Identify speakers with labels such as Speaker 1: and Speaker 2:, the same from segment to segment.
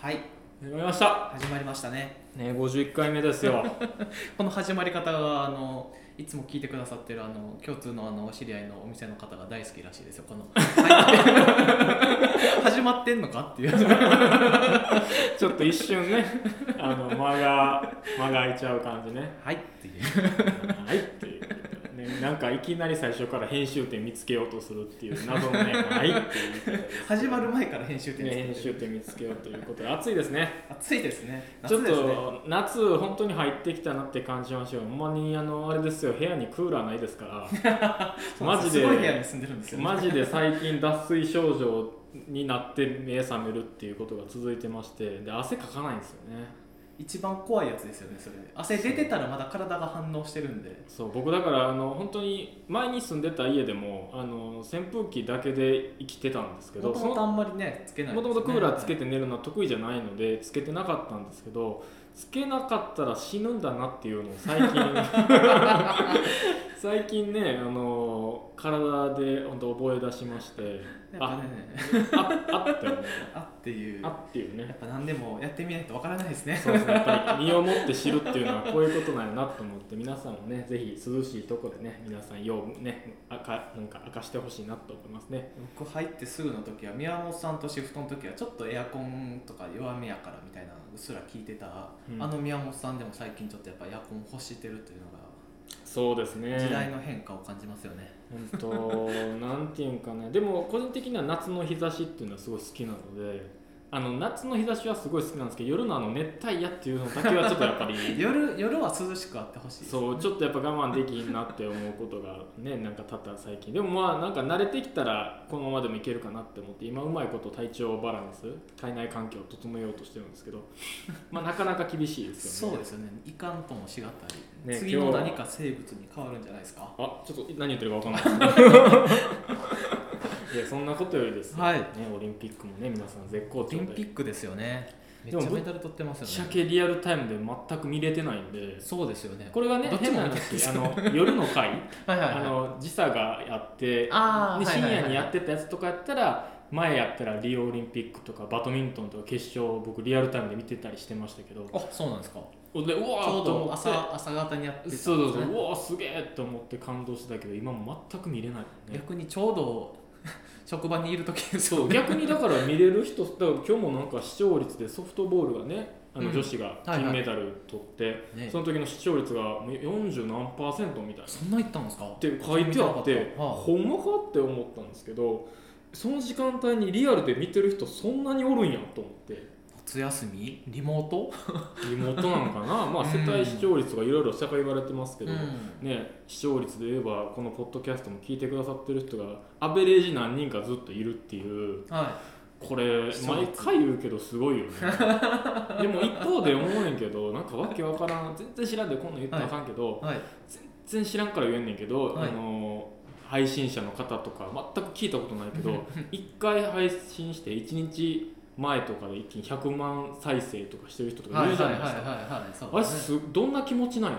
Speaker 1: はい
Speaker 2: 始まりました
Speaker 1: 始まりましたね
Speaker 2: ね51回目です よ
Speaker 1: この始まり方があのいつも聞いてくださってるあの共通のあのお知り合いのお店の方が大好きらしいですよこの、は い始まってんのかっていう
Speaker 2: ちょっと一瞬ねあの間が間が空いちゃう感じね
Speaker 1: はいっていう
Speaker 2: はいっていう、ね、なんかいきなり最初から編集点見つけようとするっていう謎のねはいっていう言い方です
Speaker 1: 始まる前から編集点
Speaker 2: ね
Speaker 1: です
Speaker 2: 編集点見つけようということで暑いですね
Speaker 1: 暑いですね
Speaker 2: ちょっ
Speaker 1: 夏ですね
Speaker 2: と夏本当に入ってきたなって感じましたよほんまにあのあれですよ部屋にクーラーないですから
Speaker 1: そうなんす
Speaker 2: マジです
Speaker 1: ごい部屋に住んでるんですよ、ね、
Speaker 2: マジで最近脱水症状になって目覚めるっていうことが続いてましてで汗かかないんですよね
Speaker 1: 一番怖いやつですよねそれ汗出てたらまだ体が反応してるんで
Speaker 2: そう僕だからあの本当に前に住んでた家でもあの扇風機だけで生きてたんですけ
Speaker 1: も
Speaker 2: ど
Speaker 1: と
Speaker 2: そ
Speaker 1: もと
Speaker 2: の
Speaker 1: あんまりねつけない
Speaker 2: もともとクーラーつけ
Speaker 1: て
Speaker 2: て寝るのは得意じゃないのでつけてなかったんですけどつけなかったら死ぬんだなっていうのを最 近最近ねあの体で本当覚え出しまして
Speaker 1: やっ
Speaker 2: あ
Speaker 1: ぱね
Speaker 2: ああって思う
Speaker 1: あっていう
Speaker 2: あ
Speaker 1: や
Speaker 2: っていうね
Speaker 1: っぱ何でもやってみないとわからないですね
Speaker 2: そうですね、やっぱり身をもって知るっていうのはこういうことなんやなと思って皆さんもねぜひ涼しいとこでね皆さんようねあかなんか明かしてほしいなと思いますね
Speaker 1: 僕入ってすぐの時は宮本さんとシフトの時はちょっとエアコンとか弱めやからみたいなのうっすら聞いてた、
Speaker 2: うん
Speaker 1: あの宮本さんでも最近ちょっとやっぱエアコン欲してるというの
Speaker 2: そうです
Speaker 1: が
Speaker 2: ね
Speaker 1: 時代の変化を感じますよね、
Speaker 2: 本当なんていうんかねでも個人的には夏の日差しっていうのはすごい好きなのであの夏の日差しはすごい好きなんですけど夜のあの熱帯夜っていうのだけはちょっとやっぱり
Speaker 1: 夜夜は涼しくあってほしいです
Speaker 2: そうちょっとやっぱ我慢できひんなって思うことがね なんか多々最近でもまあなんか慣れてきたらこのままでもいけるかなって思って今うまいこと体調バランス体内環境を整えようとしてるんですけど まあなかなか厳しいですよね
Speaker 1: そうですよねいかんともしがたり、
Speaker 2: ね
Speaker 1: 次の
Speaker 2: 今日は
Speaker 1: 何か生物に変わるんじゃないですか
Speaker 2: あちょっと何言ってるか分かん ないですけどいやそんなことよりですね
Speaker 1: はい
Speaker 2: オリンピックもね皆さん絶好
Speaker 1: オ
Speaker 2: 調
Speaker 1: リンピ
Speaker 2: で
Speaker 1: ックですよねめっ
Speaker 2: で
Speaker 1: ちゃ
Speaker 2: もぶ
Speaker 1: メダル取ってますよね
Speaker 2: 鮭リアルタイムで全く見れてないんで
Speaker 1: そうですよね
Speaker 2: これがね
Speaker 1: どっち
Speaker 2: 変
Speaker 1: も
Speaker 2: な話あの夜の回
Speaker 1: はいはい、はい、
Speaker 2: あの時差があって
Speaker 1: あー
Speaker 2: で
Speaker 1: はい
Speaker 2: 深
Speaker 1: はいはい
Speaker 2: 夜にやってたやつとかやったら前やったらリオオリンピックとかバドミントンとか決勝を僕リアルタイムで見てたりしてましたけど
Speaker 1: あそうなんですか
Speaker 2: でうわ
Speaker 1: ちょ
Speaker 2: ー
Speaker 1: う
Speaker 2: と思っ
Speaker 1: ど
Speaker 2: て
Speaker 1: 朝朝方にやってたんです、ね、
Speaker 2: そうそうそううわーすげえと思って感動してたけど今も全く見れないもんね
Speaker 1: 逆にちょうど職場にいる時です
Speaker 2: そ
Speaker 1: よ
Speaker 2: う
Speaker 1: ね
Speaker 2: 逆にだから見れる人だから今日もなんか視聴率でソフトボールがねあ
Speaker 1: う
Speaker 2: の
Speaker 1: ん
Speaker 2: 女子が
Speaker 1: はい
Speaker 2: 金メダル取って、
Speaker 1: ね
Speaker 2: その時の視聴率がもう40何パーセントみたいな
Speaker 1: そんな言ったんですか
Speaker 2: って書いてあって、
Speaker 1: はあ
Speaker 2: ほんまかって思ったんですけどその時間帯にリアルで見てる人そんなにおるんやと思って
Speaker 1: 夏休みリモート、
Speaker 2: リモートなんか なまあ世帯視聴率とかいろいろ社会言われてますけど、
Speaker 1: ん、
Speaker 2: ね視聴率で言えばこのポッドキャストも聞いてくださってる人がアベレージ何人かずっといるっていう
Speaker 1: は
Speaker 2: これ
Speaker 1: 視聴
Speaker 2: 毎
Speaker 1: 率
Speaker 2: 回言うけどすごいよねでも一方で思うねんけどなんかわけわからん全然知らんでこんなん言ったらあかんけど、
Speaker 1: いはい
Speaker 2: 全然知らんから言えんねんけど、
Speaker 1: はい
Speaker 2: あの配信者の方とか全く聞いたことないけど一回配信して1日前とかで一気に100万再生とかしてる人とか
Speaker 1: はいいは
Speaker 2: る
Speaker 1: い
Speaker 2: じゃ
Speaker 1: はい
Speaker 2: ないですか
Speaker 1: はいそう
Speaker 2: あれ
Speaker 1: です
Speaker 2: すどんな気持ちなんや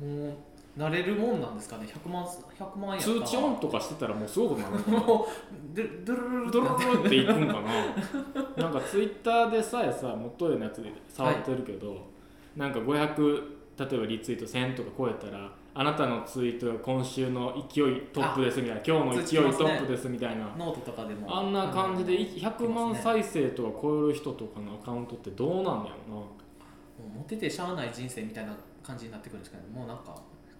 Speaker 1: ねもう慣れるもんなんですかね100万100万
Speaker 2: ろ
Speaker 1: 円
Speaker 2: な通知オ
Speaker 1: も
Speaker 2: ンとかしてたらもうすごくなるのかな
Speaker 1: うドゥドゥルルル
Speaker 2: ド
Speaker 1: ル
Speaker 2: ロ
Speaker 1: ル
Speaker 2: ドロっていくんかななんかツイッターでさえさ元へのやつで触ってるけど、なんか500例えばリツイート1000とか超えたらあなたのツイートが今週の勢いトップですみたいな今日の勢いトップですみたいな、
Speaker 1: ノートとかでも
Speaker 2: あんな感じで
Speaker 1: うん
Speaker 2: 100万再生とか超える人とかのアカウントってどうなんだよ
Speaker 1: もうモテてしゃあない人生みたいな感じになってくるんですけどもうなんか、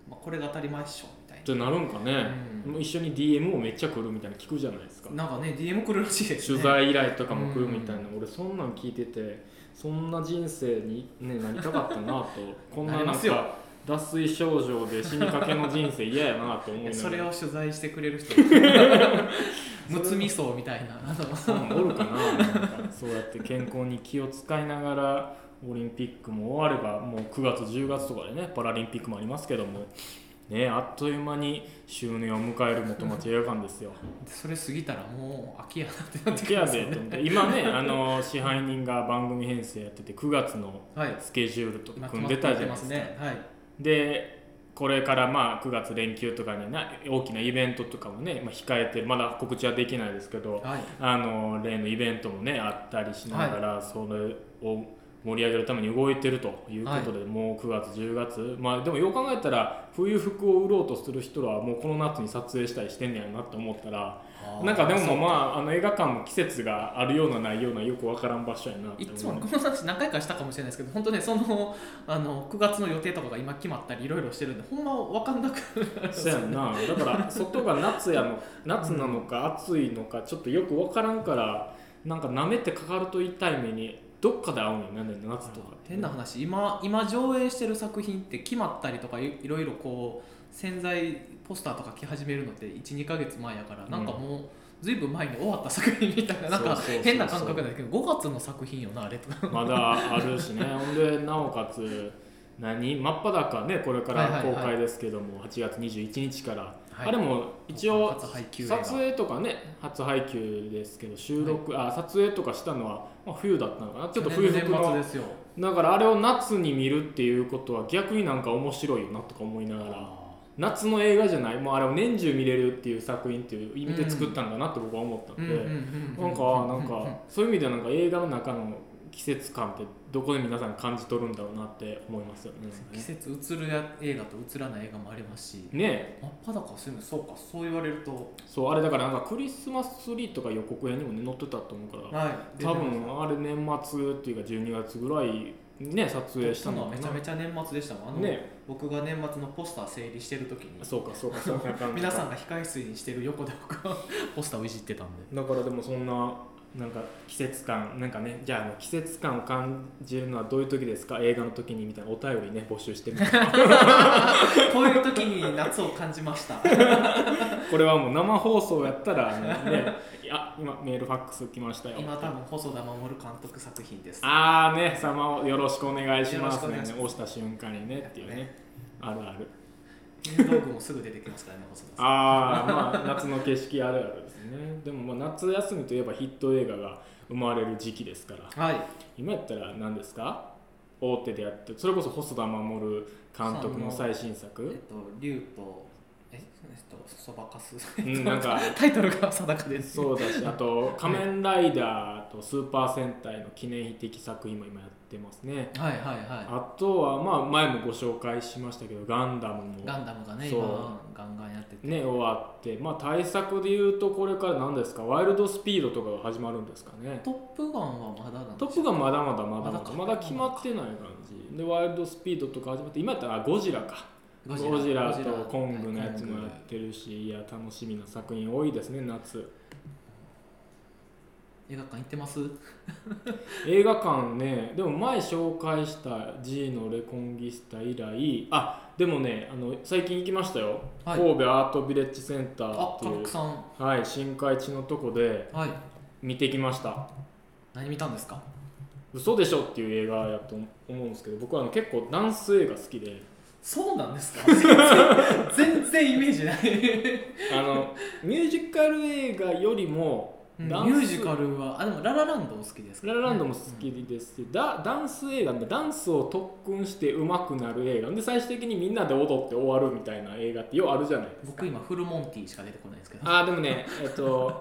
Speaker 1: まあ、これが当たり前っしょみたい
Speaker 2: なってなるんかね、
Speaker 1: うん
Speaker 2: もう一緒に DM をめっちゃ来るみたいなの聞くじゃないですか
Speaker 1: ななんかね DM 来るらしいです
Speaker 2: 取
Speaker 1: ね
Speaker 2: 材依頼とかも来るみたいな、俺そんなん聞いててそんな人生に、ね、なりたかったなと こんな
Speaker 1: なり
Speaker 2: な
Speaker 1: ま
Speaker 2: ん
Speaker 1: すよ
Speaker 2: か脱水症状で死にかけの人生嫌やなと思い
Speaker 1: い
Speaker 2: なが
Speaker 1: や
Speaker 2: ら
Speaker 1: それを取材してく れる人むつみそうみたいなあの
Speaker 2: そんなんおるかななんかそうやって健康に気を使いながらオリンピックも終わればもう9月10月とかでねパラリンピックもありますけども。ね、あっという間に周年を迎える元町映画館 ですよ。
Speaker 1: それ過ぎたらもう秋やなってなって
Speaker 2: 付き
Speaker 1: き
Speaker 2: 合
Speaker 1: ま
Speaker 2: う
Speaker 1: す
Speaker 2: ぜ
Speaker 1: よ
Speaker 2: と
Speaker 1: ね
Speaker 2: 思って今ねあの支配人が番組編成やってて9月の
Speaker 1: はい
Speaker 2: スケジュールと
Speaker 1: 今
Speaker 2: か
Speaker 1: 決
Speaker 2: 組ん
Speaker 1: まって
Speaker 2: でた
Speaker 1: い
Speaker 2: じ
Speaker 1: て
Speaker 2: ゃない
Speaker 1: ま
Speaker 2: ですすか
Speaker 1: ねはい
Speaker 2: でこれからまあ9月連休とかにな大きなイベントとかもね、まあ、控えてるまだ告知はできないですけど、
Speaker 1: はい
Speaker 2: あの例のイベントもねあったりしながら、それを盛り上げるために動いてるということで、もう9月10月まあでもよう考えたら冬服を売ろうとする人らはもうこの夏に撮影したりしてんねやなと思ったら
Speaker 1: あー
Speaker 2: なんかで
Speaker 1: そ
Speaker 2: も
Speaker 1: う
Speaker 2: まああの映画館も季節があるようなないようなよくわからん場所やなって
Speaker 1: い
Speaker 2: 思う
Speaker 1: つもねこの話何回かしたかもしれないですけど本当ねそのあの9月の予定とかが今決まったりいろいろしてるんでほんま分かんなく
Speaker 2: そうやんなだ から外が夏やの夏なのか暑いのかちょっとよく分からんからなんかなめてかかると痛い目にどっかで合うんやね夏とかって
Speaker 1: 変な話今今上映してる作品って決まったりとかいいろいろこう潜在ポスターとか来始めるのって12か月前やからなんかもう、ずいぶん前に終わった作品みたいななんか
Speaker 2: そうそうそうそう
Speaker 1: 変な感覚だけど5月の作品よなあれとか
Speaker 2: まだあるし ねほんでなおかつ何真っ裸ねこれか
Speaker 1: はい
Speaker 2: ら
Speaker 1: はい
Speaker 2: 公
Speaker 1: はい
Speaker 2: 開ですけども、8月21日から、
Speaker 1: はい
Speaker 2: あれも一応
Speaker 1: 初配給映画
Speaker 2: 撮影とかね初配給ですけど収録、あ撮影とかしたのは、まあ、冬だったのかなちょっと冬
Speaker 1: 去
Speaker 2: 服
Speaker 1: 年
Speaker 2: の
Speaker 1: 末ですよ
Speaker 2: だからあれを夏に見るっていうことは逆になんか面白いよなとか思いながら夏の映画じゃないもうあれを年中見れるっていう作品っていう意味で作ったんだなと僕は思った
Speaker 1: うんん
Speaker 2: で、
Speaker 1: うんうんうん
Speaker 2: なんかなんかそういう意味ではなんか映画の中の季節感ってどこで皆さん感じ取るんだろうなって思いますよね。
Speaker 1: 季節映るや映画と映らない映画もありますし
Speaker 2: ね
Speaker 1: 真っ裸はそういうのそうかそう言われると
Speaker 2: そうあれだからなんかクリスマスツリーとか予告編にもね載ってたと思うから
Speaker 1: はい
Speaker 2: 多分あれ年末っていうか12月ぐらいね撮影した
Speaker 1: の
Speaker 2: の
Speaker 1: は
Speaker 2: かな
Speaker 1: めちゃめちゃ年末でしたもんあの、
Speaker 2: ね
Speaker 1: 僕が年末のポスター整理してる時に
Speaker 2: そうかそうかそうか
Speaker 1: 皆さんが控え室にしてる横で僕 はポスターをいじってたんで
Speaker 2: だからでもそんななんか季節感なんかねじゃああの季節感を感じるのはどういう時ですか映画の時にみたいなお便りね募集してみて
Speaker 1: こういう時に夏を感じました
Speaker 2: これはもう生放送やったらあの ねあ今メールファックス来ましたよ
Speaker 1: 今多分細田守監督作品です
Speaker 2: ああね様をよろしくお願いしますね
Speaker 1: よろしくお願いします
Speaker 2: 押した瞬間にねっていうねあるある
Speaker 1: 道具もすぐ出てきますからね細田さん
Speaker 2: ああまあ夏の景色あるあるですねでもまあ夏休みといえばヒット映画が生まれる時期ですから
Speaker 1: はい
Speaker 2: 今やったら何ですか大手でやってそれこそ細田守監督の最新
Speaker 1: えっ
Speaker 2: 作、
Speaker 1: と竜とええっとそばかす
Speaker 2: うん、なんか
Speaker 1: タイトルが定かです
Speaker 2: そうだしあと「仮面ライダー」と「スーパー戦隊」の記念碑的作品も今やってますね
Speaker 1: はいはいは
Speaker 2: あとはまあ前もご紹介しましたけど「ガンダム」
Speaker 1: い
Speaker 2: も
Speaker 1: ガンダムがね
Speaker 2: そう
Speaker 1: 今ガンガンやってて
Speaker 2: ね終わってまあ対策で言うとこれから何ですかワイルドスピードとかが始まるんですかね
Speaker 1: トップガンはまだなん
Speaker 2: トップがまだまだまだ
Speaker 1: まだ
Speaker 2: まだ
Speaker 1: か
Speaker 2: まだ決まってない感じでワイルドスピードとか始まって今やったらゴジラかゴジラとコングのやつもやってるしいや楽しみな作品多いですね夏
Speaker 1: 映画館行ってます
Speaker 2: 映画館ねでも前紹介した G のレコンギスタ以来あでもねあの最近行きましたよ、
Speaker 1: はい
Speaker 2: 神戸アートビレッジセンター
Speaker 1: あ
Speaker 2: っ
Speaker 1: カ
Speaker 2: てい
Speaker 1: ロ
Speaker 2: う
Speaker 1: クさん
Speaker 2: はい新海地のとこで
Speaker 1: はい
Speaker 2: 見てきました
Speaker 1: 何見たんですか
Speaker 2: 嘘でしょっていう映画やと思うんですけど僕はあの結構ダンス映画好きで
Speaker 1: そうなんですか 全然全然イメージない
Speaker 2: あのミュージカル映画よりも
Speaker 1: ミ
Speaker 2: ダンス
Speaker 1: ュージカルはあでもララランドお好きですか
Speaker 2: ララランドも好きですし、ダダンス映画でダンスを特訓して上手くなる映画で最終的にみんなで踊って終わるみたいな映画ってようあるじゃないですか
Speaker 1: 僕今フルモンティしか出てこないですけど
Speaker 2: あーでもねえっ と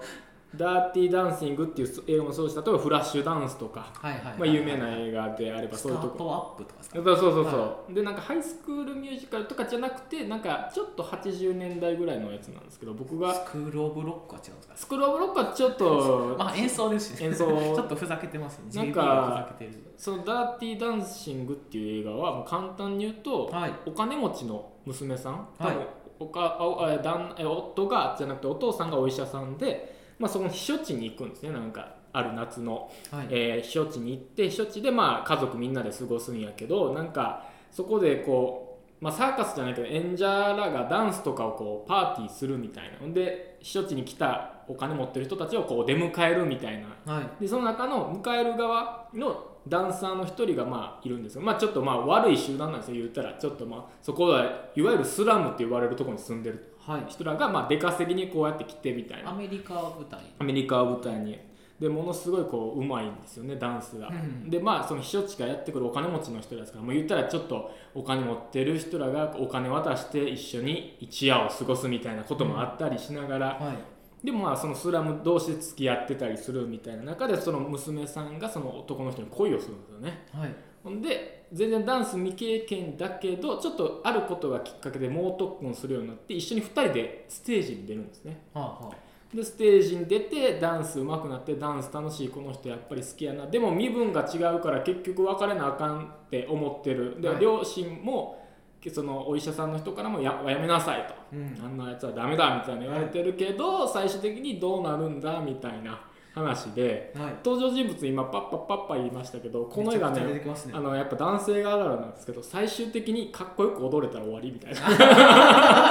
Speaker 2: ダーティーダンシングっていう映画もそうですし例えばフラッシュダンスとか、
Speaker 1: はいはいはい
Speaker 2: まあ、有名な
Speaker 1: 映
Speaker 2: 映画であれば
Speaker 1: ス
Speaker 2: そ
Speaker 1: タ
Speaker 2: ういうと
Speaker 1: ー
Speaker 2: こ
Speaker 1: トアップとかですか
Speaker 2: そうそうそうそう、でなんかハイスクールミュージカルとかじゃなくてなんかちょっと80年代ぐらいのやつなんですけど僕が
Speaker 1: スクール・オブ・ロックは違うんですか
Speaker 2: スクローブロックはちょっと、
Speaker 1: まあ演奏ですしね
Speaker 2: 演奏
Speaker 1: ちょっとふざけてますね
Speaker 2: なん
Speaker 1: JB
Speaker 2: か
Speaker 1: がふざけてる
Speaker 2: そのダーティーダンシングっていう映画はもう簡単に言うと
Speaker 1: はい
Speaker 2: お金持ちの娘さん多
Speaker 1: はい
Speaker 2: 分おかおあ旦え夫がじゃなくてお父さんがお医者さんで、まあ、そこの避暑地に行くんですねなんかある夏の
Speaker 1: はい
Speaker 2: えー避暑地に行って避暑地でまあ家族みんなで過ごすんやけどなんかそこでこう、まあ、サーカスじゃないけど演者らがダンスとかをこうパーティーするみたいなほんで避暑地に来たお金持ってる人たちをこう出迎えるみたいな
Speaker 1: はい
Speaker 2: でその中の迎える側のダンサーの一人がまあいるんですよまあちょっとまあ悪い集団なんですよ言ったらちょっとまあそこはいわゆるスラムって言われるところに住んでる
Speaker 1: はい
Speaker 2: 人らがまあ出稼ぎにこうやって来てみたいな
Speaker 1: アメリカ舞台
Speaker 2: アメリカを舞台にでものすごいこううまいんですよねダンスが、
Speaker 1: うん
Speaker 2: でまあその避暑地からやってくるお金持ちの人らですからもう言ったらちょっとお金持ってる人らがお金渡して一緒に一夜を過ごすみたいなこともあったりしながら、
Speaker 1: はい
Speaker 2: でもまあそのスラム同士で付き合ってたりするみたいな中でその娘さんがその男の人に恋をするんですよね
Speaker 1: はい
Speaker 2: ほんで全然ダンス未経験だけどちょっとあることがきっかけで猛特訓するようになって一緒に2人でステージに出るんですね
Speaker 1: はあは
Speaker 2: でステージに出てダンス上手くなってダンス楽しいこの人やっぱり好きやなでも身分が違うから結局別れなあかんって思ってるで、
Speaker 1: はい
Speaker 2: 両親もそのお医者さんの人からもややめなさいと
Speaker 1: あうん
Speaker 2: あんなやつはダメだみたいな言われてるけど、最終的にどうなるんだみたいな話で
Speaker 1: はい
Speaker 2: 登場人物今パッパッパッパ言いましたけどこの映画
Speaker 1: めちゃくちゃ出
Speaker 2: ね
Speaker 1: てきますね
Speaker 2: あのやっぱ男性があるあるなんですけど最終的にかっこよく踊れたら終わりみたいな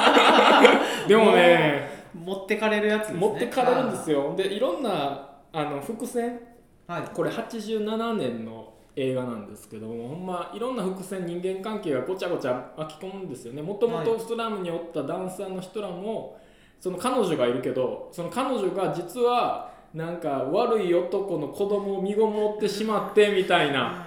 Speaker 2: でもね
Speaker 1: 持ってかれるやつですね
Speaker 2: 持ってかれるんですよでいろんなあの伏線
Speaker 1: あーはい
Speaker 2: これ87年の映画なんですけどもほんまいろんな伏線人間関係がごちゃごちゃ巻き込むんですよねもとも
Speaker 1: は
Speaker 2: と
Speaker 1: い
Speaker 2: スラムにおったダンサーの人らもその彼女がいるけどその彼女が実はなんか悪い男の子供を身ごもってしまってみたいな
Speaker 1: あ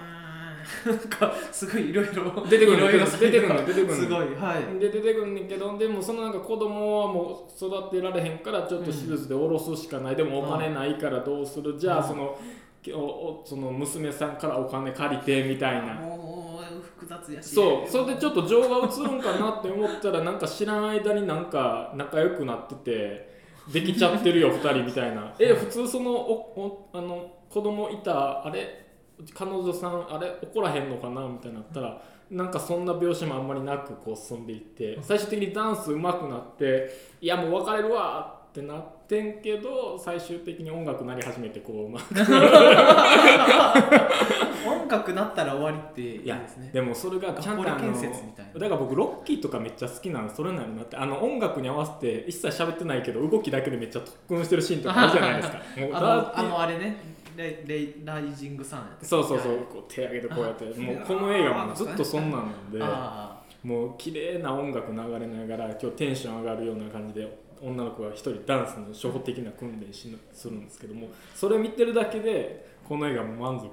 Speaker 1: ーなんかすごいいろいろ
Speaker 2: 出てくる
Speaker 1: いろいろ
Speaker 2: 出てくる出てくる
Speaker 1: すごいはい
Speaker 2: で出てくんねんけどでもそのなんか子供はもう育てられへんからちょっと手術で下ろすしかない、でもお金ないからどうするじゃあ
Speaker 1: うん
Speaker 2: そのおおその娘さんからお金借りてみたいな
Speaker 1: もう複雑やし
Speaker 2: そうそれでちょ
Speaker 1: っ
Speaker 2: っと情が映るんかなって思ったらなんか知らん間になんか仲良くなっててできちゃってるよ二人みたいなえ普通そのおおあの子供いたあれ彼女さんあれ怒らへんのかなみたいになったらなんかそんな描写もあんまりなくこう進んでいって最終的にダンス上手くなっていやもう別れるわってなってんけど最終的に音楽なり始めてこうまあ
Speaker 1: と音楽なったら終わりっていい
Speaker 2: いや
Speaker 1: ですね
Speaker 2: でもそれがちゃんとあ
Speaker 1: 学校
Speaker 2: の
Speaker 1: の建設みたいな
Speaker 2: だから僕ロッキーとかめっちゃ好きなのそれなのなってあの音楽に合わせて一切喋ってないけど動きだけでめっちゃ特訓してるシーンとかあるじゃないですかもう
Speaker 1: あ
Speaker 2: ダー
Speaker 1: の
Speaker 2: テ
Speaker 1: あ
Speaker 2: ィー
Speaker 1: のあれねレイレイライジングサンやったっけ
Speaker 2: そうそうそうこう手上げてこうやってもうこの映画もずっとそんなんなんで
Speaker 1: あ
Speaker 2: もう綺麗な音楽流れながら今日テンション上がるような感じで女の子が一人ダンスの初歩的な訓練しのするんですけどもそれ見てるだけでこの映画も満足
Speaker 1: ー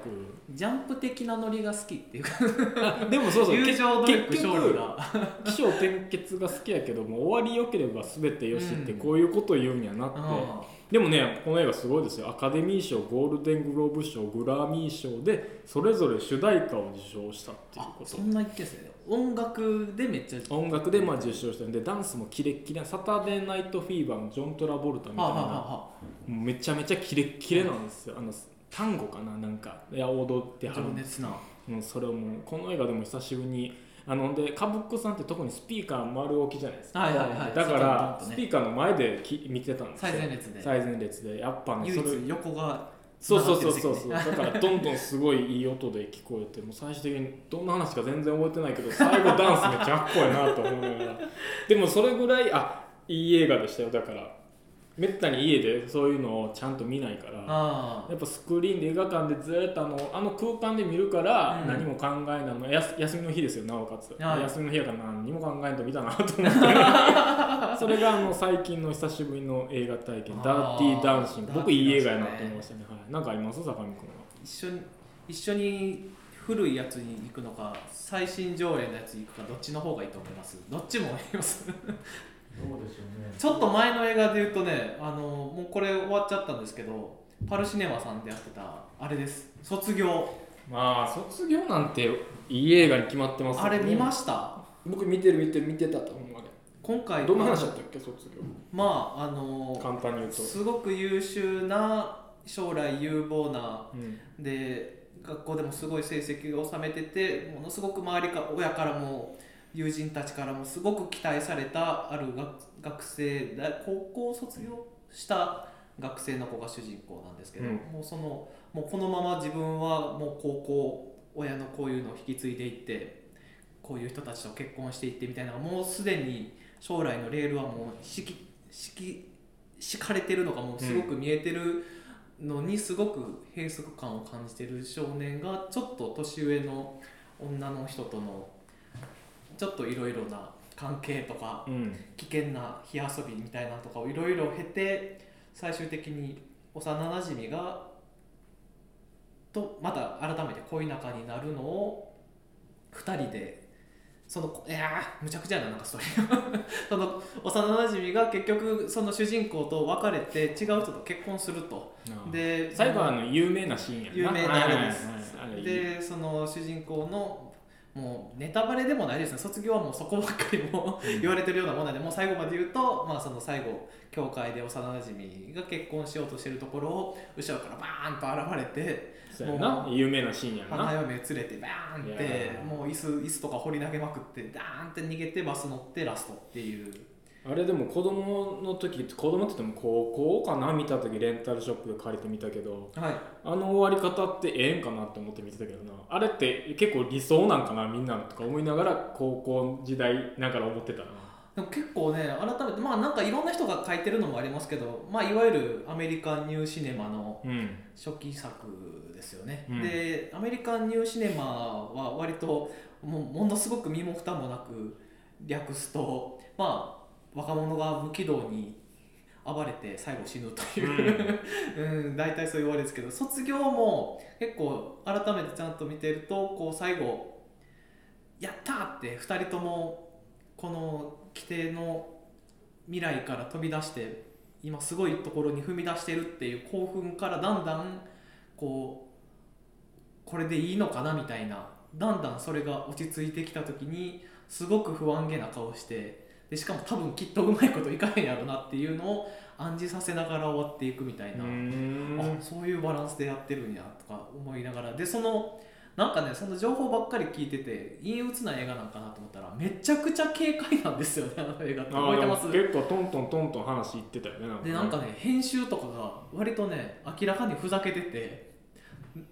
Speaker 1: ジャンプ的なノリが好きっていうか
Speaker 2: でもそう そう
Speaker 1: 友情努力
Speaker 2: 結
Speaker 1: 勝
Speaker 2: 局
Speaker 1: 利が
Speaker 2: 起承転結が好きやけども終わり良ければ全てよしってこういうことを言うんやなって、
Speaker 1: あ
Speaker 2: でもねこの映画すごいですよアカデミー賞ゴールデングローブ賞グラミー賞でそれぞれ主題歌を受賞したっていう
Speaker 1: あ
Speaker 2: こ
Speaker 1: そんな言ってんすね音楽でめっちゃ
Speaker 2: と音楽でまあ受賞したんでダンスもキレッキレなサタデーナイトフィーバーのジョン・トラボルタみたい
Speaker 1: はあ、はあ
Speaker 2: な
Speaker 1: は
Speaker 2: もうめちゃめちゃキレッキレなんですよあの単語かななんかいや踊って
Speaker 1: あはあ、
Speaker 2: はる
Speaker 1: 情
Speaker 2: んです
Speaker 1: 熱な
Speaker 2: もうそれをもうこの映画でも久しぶりにあので歌舞伎さんって特にスピーカー丸置きじゃないですか、
Speaker 1: はいはいはい
Speaker 2: だから
Speaker 1: 外にドンとね
Speaker 2: スピーカーの前でき見てたんですよ
Speaker 1: 最前列で
Speaker 2: 最前列でやっぱね
Speaker 1: 唯
Speaker 2: それ
Speaker 1: 一横が
Speaker 2: そうそうそうそうそう
Speaker 1: 繋が
Speaker 2: だからどんどんすごいいい音で聞こえてもう最終的にどんな話か全然覚えてないけ ど最後ダンスめっちゃかっこいいなと思いながらでもそれぐらいあいい映画でしたよだからめったに家でそういうのをちゃんと見ないから
Speaker 1: あ
Speaker 2: やっぱスクリーンで映画館でずっとあのあの空間で見るから
Speaker 1: うん
Speaker 2: 何も考えないの、やす休みの日ですよなおかつ、
Speaker 1: はい
Speaker 2: 休みの日やから何も考えんと見たなと思って それがあの最近の久しぶりの映画体験「ダー
Speaker 1: あー
Speaker 2: ティーダンシング」僕
Speaker 1: ダーテ
Speaker 2: い
Speaker 1: ィ
Speaker 2: い映
Speaker 1: ー
Speaker 2: 画
Speaker 1: ダン
Speaker 2: や
Speaker 1: シ
Speaker 2: な
Speaker 1: ングね
Speaker 2: と思いましたね、はい、なんかあります坂上君
Speaker 1: 一緒に一緒に古いやつに行くのか最新上映のやつに行くかどっちの方がいいと思いますどっちも思います
Speaker 3: どうでしょうね
Speaker 1: ちょっと前の映画で言うとねあのもうこれ終わっちゃったんですけどパルシネマさんでやってたあれです卒業
Speaker 2: はまあ卒業なんていい映画に決まってます
Speaker 1: あれ見ま
Speaker 2: し
Speaker 1: した
Speaker 2: 僕見てる見てる見てたと思うあれ
Speaker 1: 今回
Speaker 2: どんな話だったっけ卒業
Speaker 1: まああの
Speaker 2: 簡単に言うと、
Speaker 1: すごく優秀な将来有望な
Speaker 2: うん
Speaker 1: で学校でもすごい成績を収めててものすごく周りか親からも友人たちからもすごく期待されたある学学生だ高校を卒業した学生の子が主人公なんですけど、
Speaker 2: うん
Speaker 1: もうそのもうこのまま自分はもう高校親のこういうのを引き継いでいってこういう人たちと結婚していってみたいなもうすでに将来のレールはもう敷き敷き敷かれてるのがもうすごく見えてる。のにすごく閉塞感を感じてる少年がちょっと年上の女の人とのちょっといろいろな関係とか
Speaker 2: うん
Speaker 1: 危険な火遊びみたいなのとかをいろいろ経て最終的に幼なじみがとまた改めて恋仲になるのを2人でそのいやーむちゃくちゃやななんかストーリーが その幼なじみが結局その主人公と別れて違う人と結婚すると
Speaker 2: で
Speaker 1: で
Speaker 2: 最後はあの有名なシーンやな
Speaker 1: 有名なあれです
Speaker 2: はいはいはいあれいい
Speaker 1: でその主人公のもうネタバレでもないですね卒業はもうそこばっかりもう言われてるようなもんなんでもう最後まで言うと、まあ、その最後教会で幼なじみが結婚しようとしてるところを後ろからバーンと現れて
Speaker 2: そうやな有名なシーンやな
Speaker 1: 花嫁連れてバーンっ
Speaker 2: い
Speaker 1: て
Speaker 2: やー
Speaker 1: もう椅子椅子とか掘り投げまくってダーンって逃げてバス乗ってラストっていう
Speaker 2: あれでも子供の時子供って言っても高校かな見た時レンタルショップで借りてみたけど
Speaker 1: はい
Speaker 2: あの終わり方ってええんかなって思って見てたけどなあれって結構理想なんかなみんなのとか思いながら高校時代ながら思ってたな
Speaker 1: でも結構ね改めてまあなんかいろんな人が書いてるのもありますけど、まあ、いわゆるアメリカンニューシネマの
Speaker 2: うん
Speaker 1: 初期作ですよね、
Speaker 2: うん
Speaker 1: でアメリカンニューシネマは割ともうものすごく身も蓋もなく略すとまあ若者が無軌道に暴れて最後死ぬという、 うん大体そう言われるんですけど卒業も結構改めてちゃんと見てるとこう最後「やった!」って2人ともこの規定の未来から飛び出して今すごいところに踏み出してるっていう興奮からだんだんこうこれでいいのかなみたいなだんだんそれが落ち着いてきた時にすごく不安げな顔してでしかも多分きっとうまいこといかへんやろなっていうのを暗示させながら終わっていくみたいな、あそういうバランスでやってるんやとか思いながらでそのなんかねその情報ばっかり聞いてて陰鬱な映画なんかなと思ったらめちゃくちゃ軽快なんですよねあの映画って覚えて
Speaker 2: あ
Speaker 1: ます
Speaker 2: ーでも結構トントントントン話いってたよね
Speaker 1: でなんかね編集とかが割とね明らかにふざけてて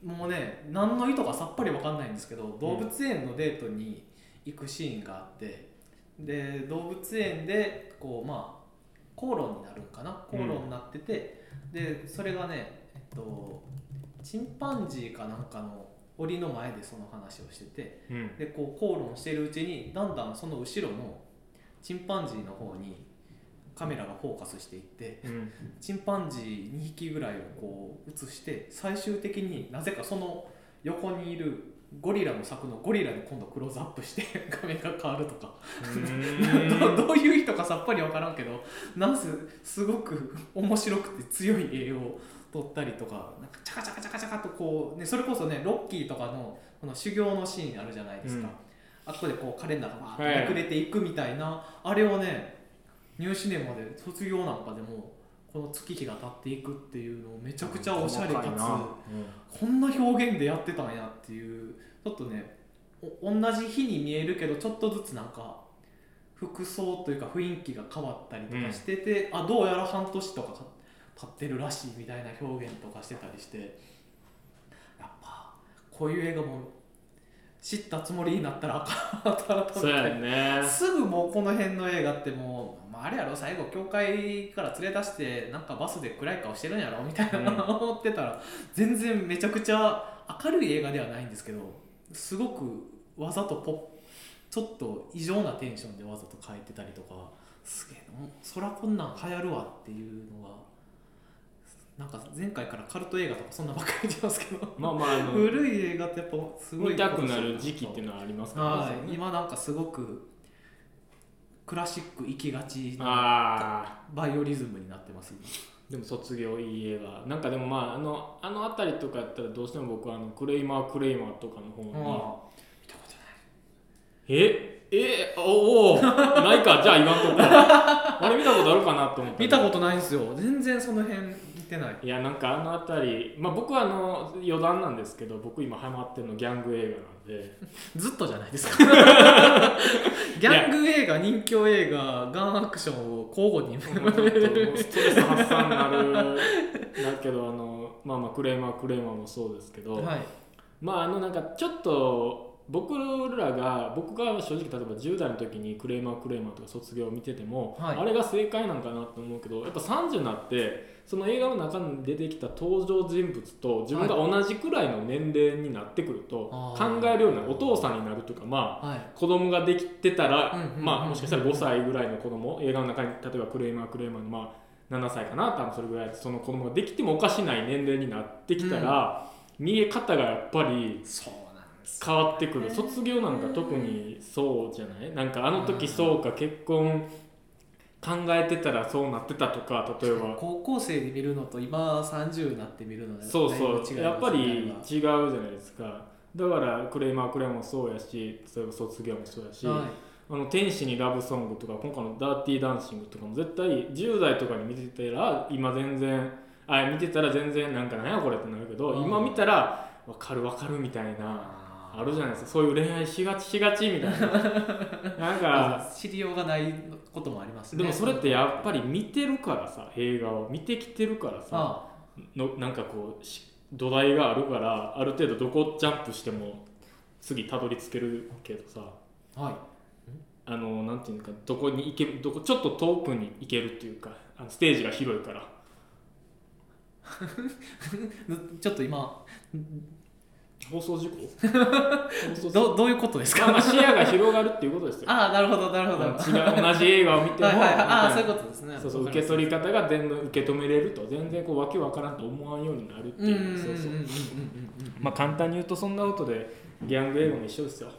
Speaker 1: もうね何の意図かさっぱり分かんないんですけど動物園のデートに行くシーンがあってで動物園でこうまあ口論になるんかな口論になってて、でそれがね、えっと、チンパンジーかなんかの檻の前でその話をしてて
Speaker 2: うん
Speaker 1: でこう口論してるうちにだんだんその後ろのチンパンジーの方にカメラがフォーカスしていって
Speaker 2: うん
Speaker 1: チンパンジー2匹ぐらいをこう映して最終的になぜかその横にいるゴリラの柵のゴリラに今度クローズアップして画面が変わるとか どどういう人かさっぱり分からんけどなんせすごく 面白くて強い栄養を取ったりとかなんかチャカチャカチャカチャカとこう、ね、それこそねロッキーとかのこの修行のシーンあるじゃないですか、
Speaker 2: うん
Speaker 1: あそこでこうカレンダーがバーッとめくれていくみたいな、あれをねニューシネマで卒業なんかでもこの月日が経っていくっていうのを めちゃくちゃおしゃれか
Speaker 2: 細いな
Speaker 1: つこんな表現でやってたんやっていうちょっとねお同じ日に見えるけどちょっとずつなんか服装というか雰囲気が変わったりとかしてて、あどうやら半年とか経ってるらしいみたいな表現とかしてたりしてやっぱこういう映画も知ったつもりになったらあかんなと
Speaker 2: そう
Speaker 1: 思っ
Speaker 2: や
Speaker 1: て
Speaker 2: ね
Speaker 1: すぐもうこの辺の映画ってもう、まあ、あれやろ最後教会から連れ出してなんかバスで暗い顔してるんやろみたいな
Speaker 2: うん
Speaker 1: の思ってたら全然めちゃくちゃ明るい映画ではないんですけどすごくわざとポッちょっと異常なテンションでわざと変えてたりとかすげえなもうそらこんなん流行るわっていうのがなんか前回からカルト映画とかそんなばっかり言ってますけど
Speaker 2: まあまああの
Speaker 1: 古い映画ってやっぱすごい
Speaker 2: 見たくなる時期っていうのはありますから
Speaker 1: はい、今なんかすごくクラシック行きがちな
Speaker 2: あ
Speaker 1: バイオリズムになってます今
Speaker 2: ーでも卒業いい映画なんかでもまああのあの辺りとかやったらどうしても僕はあのクレイマークレイマーとかの方に、
Speaker 1: 見たことない
Speaker 2: ええおおないかじゃあ言わんとこうあれ見たことあるかなと思って
Speaker 1: 見たことないんですよ全然その辺見てない
Speaker 2: いやなんかあの辺りまあ僕はあの余談なんですけど僕今ハマってるのギャング映画なん で
Speaker 1: ずっとじゃないです かギャング映画任侠映画ガンアクションを交互に
Speaker 2: ちょっとストレス発散になるだけどあのまあまあクレーマークレーマーもそうですけど、
Speaker 1: はい
Speaker 2: まああのなんかちょっと僕らが僕が正直例えば10代の時にクレーマークレーマーとか卒業を見てても、
Speaker 1: はい
Speaker 2: あれが正解なんかなと思うけどやっぱ30になってその映画の中に出てきた登場人物と自分が同じくらいの年齢になってくると
Speaker 1: あ
Speaker 2: 考
Speaker 1: ー
Speaker 2: えるようになるお父さんになるとかまあ
Speaker 1: はい
Speaker 2: 子供ができてたら、
Speaker 1: うんうんうんうん
Speaker 2: まあ、もしかしたら5歳ぐらいの子供映画の中に例えばクレーマークレーマーの、まあ、7歳かな多分それぐらいその子供ができてもおかしない年齢になってきたら、見え方がやっぱり
Speaker 1: そうなんです
Speaker 2: 変わってく
Speaker 1: へ
Speaker 2: る
Speaker 1: ー
Speaker 2: 卒業なんか特にそうじゃないなんかあの時そうか結婚考えてたらそうなってたとか例えば
Speaker 1: 高校生で見るのと今30になって見るので
Speaker 2: そうそうやっぱり
Speaker 1: は
Speaker 2: 違うじゃないですかだから「クレイマークレイ」もそうやし例えば「卒業」もそうやし、
Speaker 1: い
Speaker 2: あの「天使にラブソング」とか今回の「ダーティーダンシング」とかも絶対10代とかに見てたら今全然あ見てたら全然なんか何やこれってなるけど、
Speaker 1: うん
Speaker 2: 今見たら分かる分かるみたいなあるじゃないですかそういう恋愛しがちしがちみ たいななんか
Speaker 1: まず知りようがないこともありますね
Speaker 2: でもそれってやっぱり見てるからさ映画を見てきてるからさ
Speaker 1: あ
Speaker 2: のなんかこうし土台があるからある程度どこジャンプしても次たどり着けるけどさ
Speaker 1: あはい
Speaker 2: あのなんていうのかどこに行けどこちょっと遠くに行けるっていうかあのステージが広いから
Speaker 1: ちょっと今
Speaker 2: 放送事故放送事故
Speaker 1: どどういうことです
Speaker 2: まあま
Speaker 1: か
Speaker 2: あ視野が広がるっていうことですよ
Speaker 1: ああなるほどなるほど
Speaker 2: あの
Speaker 1: は
Speaker 2: 違う同じ映画を見
Speaker 1: い
Speaker 2: ても
Speaker 1: はいはいああ
Speaker 2: みた
Speaker 1: そう
Speaker 2: い
Speaker 1: い
Speaker 2: な
Speaker 1: うことですね
Speaker 2: そうそう
Speaker 1: わ
Speaker 2: 受け
Speaker 1: かります
Speaker 2: 取り方が全部受け止めれると全然こうわけわからんと思わんようになるって
Speaker 1: うんうんうんう
Speaker 2: いう
Speaker 1: ん
Speaker 2: そ
Speaker 1: うんうん
Speaker 2: うそう
Speaker 1: うん
Speaker 2: まあ簡単に言うとそんなことでギャング映画も一緒ですよ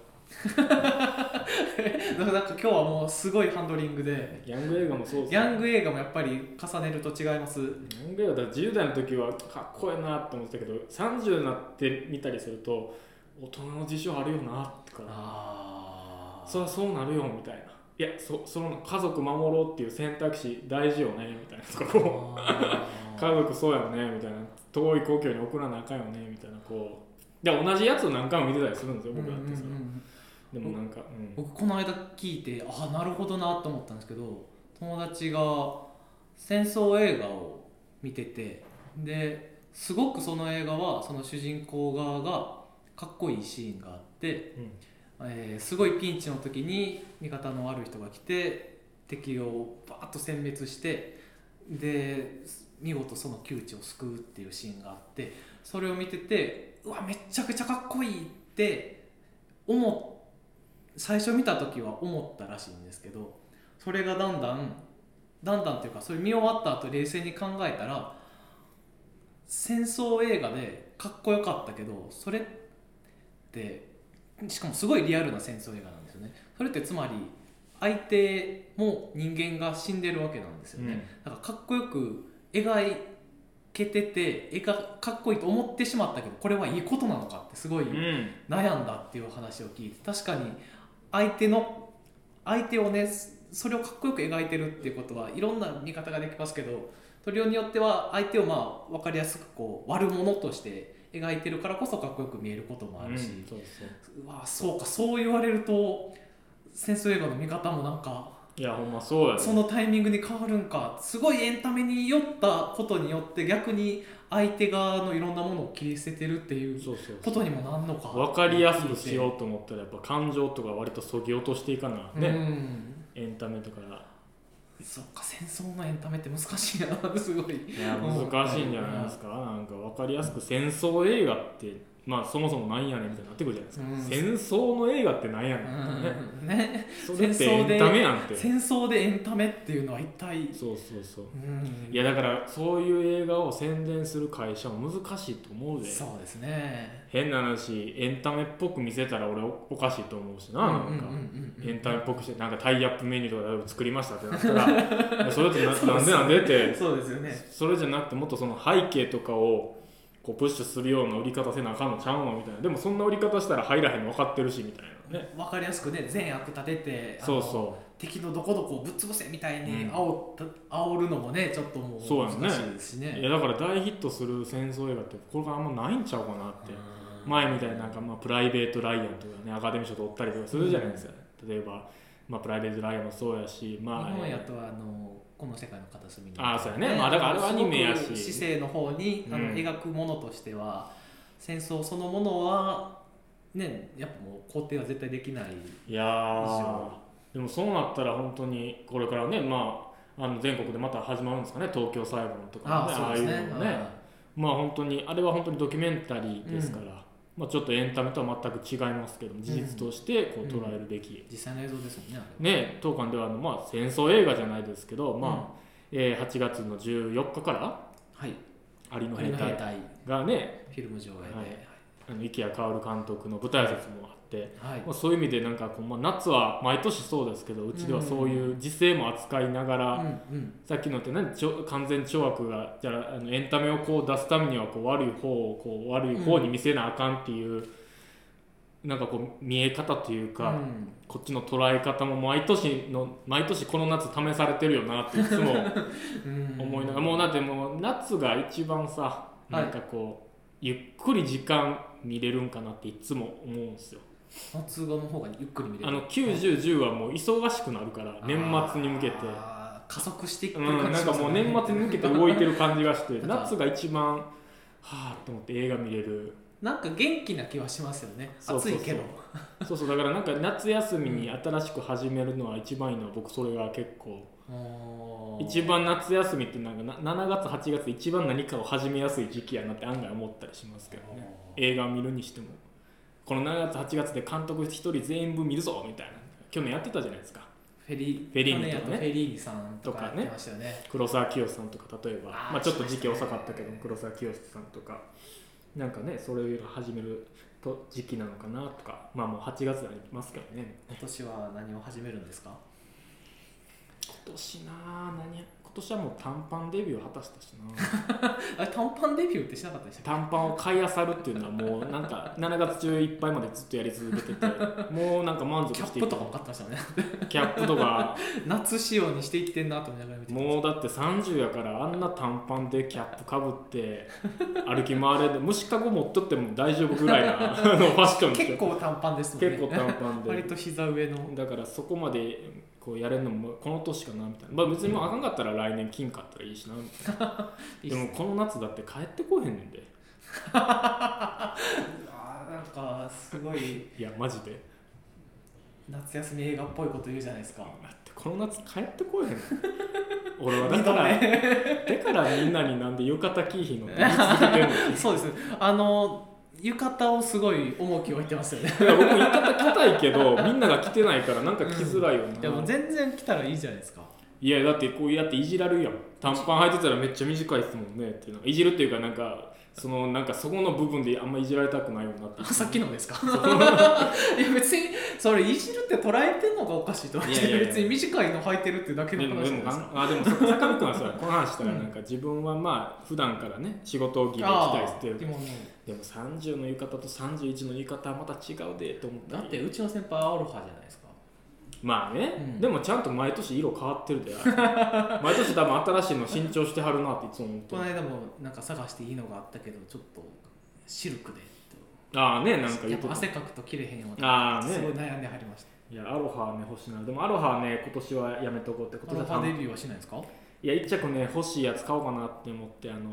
Speaker 1: だからなんか今日はもうすごいハンドリングで
Speaker 2: ギャング映画もそうです
Speaker 1: ギ
Speaker 2: よ
Speaker 1: ャング映画もやっぱり重ねると違います
Speaker 2: ギャング映画だから10代の時はかっこええなと思ってたけど30になってみたりすると大人の事情あるよなとか
Speaker 1: あ
Speaker 2: そりゃそうなるよみたいないやそその家族守ろうっていう選択肢大事よねみたいなとかこう 家族そうやねみたいな遠い故郷に送らなあかんよねみたいなこうで同じやつを何回も見てたりするんですよ僕だってさ、でもなんか、うん、
Speaker 1: 僕この間聞いてああなるほどなと思ったんですけど友達が戦争映画を見ててですごくその映画はその主人公側がかっこいいシーンがあって、
Speaker 2: うん
Speaker 1: えーすごいピンチの時に味方の悪い人が来て敵をバーッと殲滅してで見事その窮地を救うっていうシーンがあってそれを見ててうわめっちゃくちゃかっこいいって思っ最初見た時は思ったらしいんですけどそれがだんだんだんだんっていうかそれ見終わった後冷静に考えたら戦争映画でかっこよかったけどそれってしかもすごいリアルな戦争映画なんですよねそれってつまり相手も人間が死んでるわけなんですよね、なんかかっこよく描けてて絵がかっこいいと思ってしまったけどこれはいいことなのかってすごい
Speaker 2: うん、うん
Speaker 1: 悩んだっていう話を聞いて確かに相手の相手をねそれをかっこよく描いてるっていうことはいろんな見方ができますけど鳥によっては相手をまあ分かりやすくこう悪者として描いてるからこそかっこよく見えることもある
Speaker 2: う
Speaker 1: し、
Speaker 2: んそうそう
Speaker 1: うわそうかそう言われると戦争映画の見方もなんか
Speaker 2: いやほんまそうやね
Speaker 1: そのタイミングに変わるんかすごいエンタメに酔ったことによって逆に相手側のいろんなものを切り捨ててるっていう
Speaker 2: そうそう
Speaker 1: ことにもなんのか
Speaker 2: 分かりやすくしようと思ったらやっぱ感情とか割とそぎ落としていかな、
Speaker 1: ね、う
Speaker 2: ね
Speaker 1: ん
Speaker 2: エンタメとか
Speaker 1: そっか戦争のエンタメって難しいな すごい
Speaker 2: いや難しいんじゃないですか、なんか分かりやすく戦争映画ってまあそもそもなんやねんみたいになってくるじゃないですか、戦争の映画ってなんやねんみたいなね、
Speaker 1: うんね
Speaker 2: それってエンタメなんてそう
Speaker 1: 戦争でエンタメっていうのは一体
Speaker 2: そうそう
Speaker 1: うん
Speaker 2: いやだからそういう映画を宣伝する会社も難しいと思うで
Speaker 1: そうですね
Speaker 2: 変な話エンタメっぽく見せたら俺おおかしいと思うしななんか、
Speaker 1: うんうんうんうん
Speaker 2: エンタメっぽくしてなんかタイアップメニューとかだいぶ作りましたってなったら いやそれってななんでなんでって
Speaker 1: そうですよね
Speaker 2: それじゃなくてもっとその背景とかをこうプッシュするような売り方せなあかんのちゃうのみたいなでもそんな売り方したら入らへんの分かってるしみたいなね
Speaker 1: 分かりやすくね善悪立ててあ
Speaker 2: そ
Speaker 1: の
Speaker 2: うそ
Speaker 1: 敵のどこどこをぶっ潰せみたいに
Speaker 2: うん
Speaker 1: 煽った、煽るのもねちょっとも
Speaker 2: そう
Speaker 1: う
Speaker 2: やんね
Speaker 1: 難しいですしね
Speaker 2: ういやだから大ヒットする戦争映画ってこれがあんまないんちゃうかなって前みたいになんかまあプライベート・ライアンとかねアカデミー賞取ったりとかするじゃないですか、例えば、まあ、プライベート・ライアンもそうやしまあ
Speaker 1: 日本やとあのこの世界の片隅に
Speaker 2: あーそうやねまあだからあれはアニメやし
Speaker 1: すごく市政の方にあの、
Speaker 2: うん
Speaker 1: 描くものとしては戦争そのものはねやっぱもう肯定は絶対できない
Speaker 2: いやーでもそうなったら本当にこれからねまああの全国でまた始まるんですかね東京裁判とかね
Speaker 1: あーそうですね
Speaker 2: ああいうのもねまあ本当にあれは本当にドキュメンタリーですから、まあちょっとエンタメとは全く違いますけども事実としてこう捉えるべき、
Speaker 1: 実際の映像ですもんねあれ
Speaker 2: ね当館ではあのまあ戦争映画じゃないですけどまあ、えー8月の14日から
Speaker 1: はい
Speaker 2: 有
Speaker 1: あ
Speaker 2: の
Speaker 1: れ
Speaker 2: 兵
Speaker 1: の兵
Speaker 2: 隊
Speaker 1: 隊
Speaker 2: がね
Speaker 1: フィルム上映で、
Speaker 2: あの池谷薫監督の舞台挨拶もあって、
Speaker 1: はい
Speaker 2: まあ、そういう意味でなんかこう、まあ、夏は毎年そうですけどうちではそういう時勢も扱いながら、
Speaker 1: うんうん、
Speaker 2: さっきのって何ちょ完全懲悪がじゃああのエンタメをこう出すためにはこう悪い方をこう悪い方に見せなあかんっていう、なんかこう見え方というか、
Speaker 1: うん
Speaker 2: こっちの捉え方も毎年の毎年この夏試されてるよなっていつも
Speaker 1: うん
Speaker 2: 思いながら、もうだってもう夏が一番さ
Speaker 1: い
Speaker 2: なんかこう、ゆっくり時間見れるんかなっていつも思うんですよ
Speaker 1: 夏語の方がゆっくり見れる
Speaker 2: あの9010はもう忙しくなるから年末に向けて
Speaker 1: あー加速していく
Speaker 2: う
Speaker 1: 感じ
Speaker 2: ん、なんかもう年末に向けて動いてる感じがして
Speaker 1: なんか
Speaker 2: 夏が一番はあと思って映画見れる
Speaker 1: なんか元気な気はしますよね
Speaker 2: そうそうそう
Speaker 1: 暑いけど
Speaker 2: そうそうだからなんか夏休みに新しく始めるのは一番いいのは僕それが結構
Speaker 1: おー
Speaker 2: 一番夏休みってなんかな7月8月で一番何かを始めやすい時期やなって案外思ったりしますけどね
Speaker 1: おー
Speaker 2: 映画を見るにしてもこの7月8月で監督1人全員分見るぞみたいな去年やってたじゃないですか
Speaker 1: フェリ
Speaker 2: フェリーニとかね
Speaker 1: 去年やったフェリーニさん
Speaker 2: と
Speaker 1: とか
Speaker 2: か
Speaker 1: やっ
Speaker 2: ね
Speaker 1: てましたよね
Speaker 2: 黒沢清さんとか例えば
Speaker 1: あー
Speaker 2: まあ、ちょっと時期遅かったけど黒沢清さんとかなんかねそれを始めると時期なのかなとかまあもう8月になりますけどね
Speaker 1: 今年は何を始めるんですか
Speaker 2: 今年なあ何や今年はもう短パンデビューを果たしたしな
Speaker 1: あれ短パンデビューってしなかったでしたっ
Speaker 2: 短パンを買いあさるっていうのはもうなんか7月中いっぱいまでずっとやり続けててもうなんか満足
Speaker 1: けキャ
Speaker 2: して
Speaker 1: ッ
Speaker 2: い
Speaker 1: プ
Speaker 2: て
Speaker 1: とかも買ってましたよね
Speaker 2: キャップとか
Speaker 1: 夏仕様にしていってんなと思いながら見て
Speaker 2: もうだって30やからあんな短パンでキャップかぶって歩き回れて虫かご持っとっても大丈夫ぐらいなあのファッションでしょ
Speaker 1: 結構短パンですもんね
Speaker 2: 結構短パン
Speaker 1: 割
Speaker 2: で
Speaker 1: と膝上の
Speaker 2: だからそこまでこうやれるのもこの年かなみたいな、まあ、別にもうあかんかったら来年金買ったらいいしなみたいな
Speaker 1: いいっす
Speaker 2: で
Speaker 1: ね
Speaker 2: もこの夏だって帰ってこへんねんで
Speaker 1: あーなんかすごい
Speaker 2: いやマジでだ
Speaker 1: 夏休み映画っぽいこと言うじゃないですか
Speaker 2: ってこの夏帰ってこへんねん俺はだからだからみんなになんで浴衣着いひんのって言い続けてんの
Speaker 1: そうですあの浴衣をすごい重きを置いてますよね
Speaker 2: いや僕浴衣着たいけどみんなが着てないからなんか着づらいよな、
Speaker 1: いやもう全然来たらいいじゃないですか
Speaker 2: いやだってこうやっていじられるやん短パン履いてたらめっちゃ短いですもんねっていうのいじるっていうかなんかそのなんかそこの部分であんまいじられたくないよなって
Speaker 1: あさっきのですか いや別にそれいじるって捉えてんのがおかしいと思って
Speaker 2: いやいやいや
Speaker 1: 別に短いの履いてるってだけ
Speaker 2: で
Speaker 1: の
Speaker 2: もで
Speaker 1: 話じゃ
Speaker 2: も
Speaker 1: ないですか
Speaker 2: ああでもそこ坂本君はさこの話したらなんか自分はまあ普段からね仕事を着で着たりしてる
Speaker 1: でもね
Speaker 2: でも30の浴衣と31の浴衣はまた違うでと思った
Speaker 1: だ
Speaker 2: り
Speaker 1: ってうちの先輩アオロハじゃないですか
Speaker 2: まあね、
Speaker 1: うん
Speaker 2: でもちゃんと毎年色変わってるで毎年多分新しいの新調してはるなっていつも思って
Speaker 1: こ
Speaker 2: る
Speaker 1: の間もなんか探していいのがあったけどちょっとシルクでって
Speaker 2: ああねなんか言
Speaker 1: やっ
Speaker 2: って
Speaker 1: ぱ
Speaker 2: た
Speaker 1: 汗かくと切れへんよ
Speaker 2: あーね
Speaker 1: すごい悩んではりました
Speaker 2: いやアロハね欲しいなでもアロハね今年はやめとこうって今
Speaker 1: アロ
Speaker 2: 年
Speaker 1: ハ
Speaker 2: は
Speaker 1: デビューはしないんですか
Speaker 2: いや一着ね欲しいやつ買おうかなって思ってあの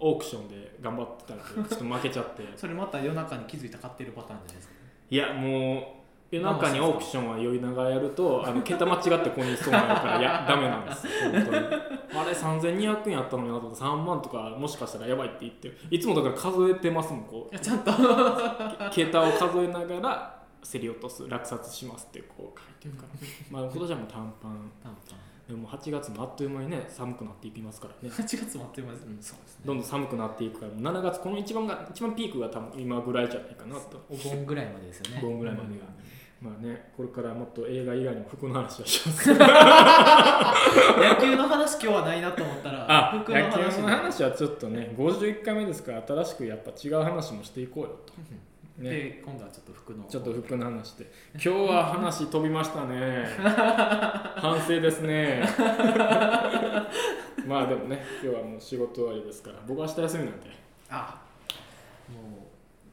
Speaker 2: オークションで頑張ってたらちょっと負けちゃって
Speaker 1: それまた夜中に気づいた買ってるパターンじゃないですか
Speaker 2: いやもう夜中にオークションは酔いながらやるとあの桁間違ってここにいそうなるからいやダメなんですよ本当にあれ3200円やったのになと思って3万とかもしかしたらやばいって言っていつもだから数えてますもんこ
Speaker 1: いやちゃんと
Speaker 2: う桁を数えながら競り落とす落札しますってこう書いてるからまあ今年はもう短パンでも8月もあっという間にね寒くなっていきますからね
Speaker 1: 8月もあっという間です、うん、そうです
Speaker 2: どんどん寒くなっていくからもう7月この一番が一番ピークが多分今ぐらいじゃないかなと
Speaker 1: お盆ぐらいまでですよね
Speaker 2: お盆ぐらいまでがまあねこれからもっと映画以外にも服の話をします
Speaker 1: 野球の話今日はないなと思ったら
Speaker 2: あ
Speaker 1: 服の
Speaker 2: 野
Speaker 1: 話
Speaker 2: 球の話はちょっとね51回目ですから新しくやっぱ違う話もしていこうよと、ね、
Speaker 1: で今度はちょっと服の
Speaker 2: ちょっと服の話で今日は話飛びました ね反省ですね まあでもね今日はもう仕事終わりですから僕は明日休みなんで
Speaker 1: あもう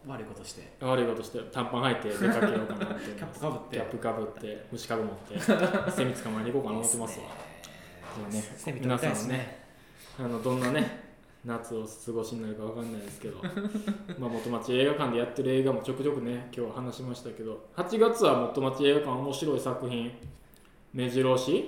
Speaker 1: 悪いことして
Speaker 2: 悪いことして短パン履いて出かけようかなって
Speaker 1: キャップかぶって
Speaker 2: キャップかぶって虫かぶ持 ってセミ捕まえに行こうかなと思ってますわ
Speaker 1: いいっすねセミ取りたいですね
Speaker 2: あのどんなね夏を過ごしになるかわかんないですけどまあ元町映画館でやってる映画もちょくちょくね今日は話しましたけど8月は元町映画館面白い作品目白押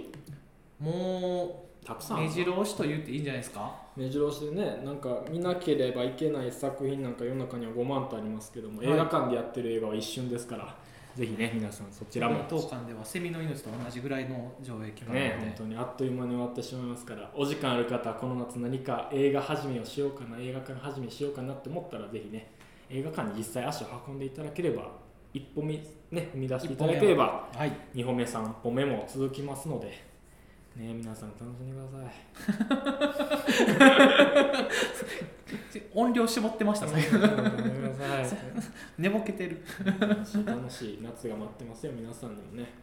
Speaker 1: も
Speaker 2: したくさ
Speaker 1: うん
Speaker 2: ある
Speaker 1: 目
Speaker 2: な
Speaker 1: 白押しと言っていいんじゃないですか
Speaker 2: 目白押しでねなんか見なければいけない作品なんか世の中には5万とありますけども、
Speaker 1: はい
Speaker 2: 映画館でやってる映画は一瞬ですからぜひね皆さんそちら
Speaker 1: ラ
Speaker 2: も
Speaker 1: ブ当館ではセミの命と同じぐらいの上映期間なので、
Speaker 2: ね本当にあっという間に終わってしまいますからお時間ある方はこの夏何か映画始めをしようかな映画館始めしようかなって思ったらぜひね映画館に実際足を運んでいただければ一歩みね踏み出していただければ
Speaker 1: はい
Speaker 2: 2歩目3歩目も続きますのでね皆さん楽しんでください
Speaker 1: 音量絞ってました
Speaker 2: 楽
Speaker 1: ね
Speaker 2: しんでください
Speaker 1: 寝ぼけてる
Speaker 2: 楽しい楽しい夏が待ってますよ皆さんにもね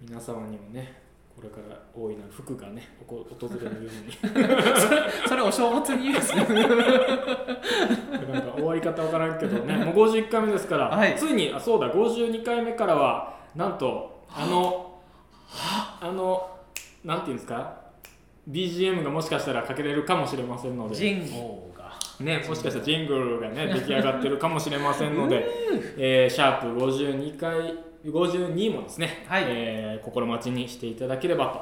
Speaker 2: 皆様にもねこれから大いなる福がねおこ訪れるよう
Speaker 1: それお正月に言うですね
Speaker 2: になんか終わり方わからんけどねもう51回目ですから、
Speaker 1: はい
Speaker 2: ついにあそうだ52回目からはなんとあのあのなんていうんですか BGM がもしかしたらかけれるかもしれませんので
Speaker 1: ジンゴが
Speaker 2: ね、もしかしたらジングルがね出来上がってるかもしれませんので、えーシャープ52回52もですね、
Speaker 1: はい
Speaker 2: えー心待ちにしていただければと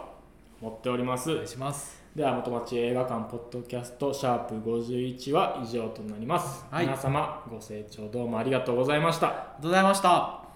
Speaker 2: 思っております
Speaker 1: お願いします
Speaker 2: では元町映画館ポッドキャストシャープ51は以上となります、
Speaker 1: はい
Speaker 2: 皆様ご清聴どうもありがとうございました
Speaker 1: ありがとうございました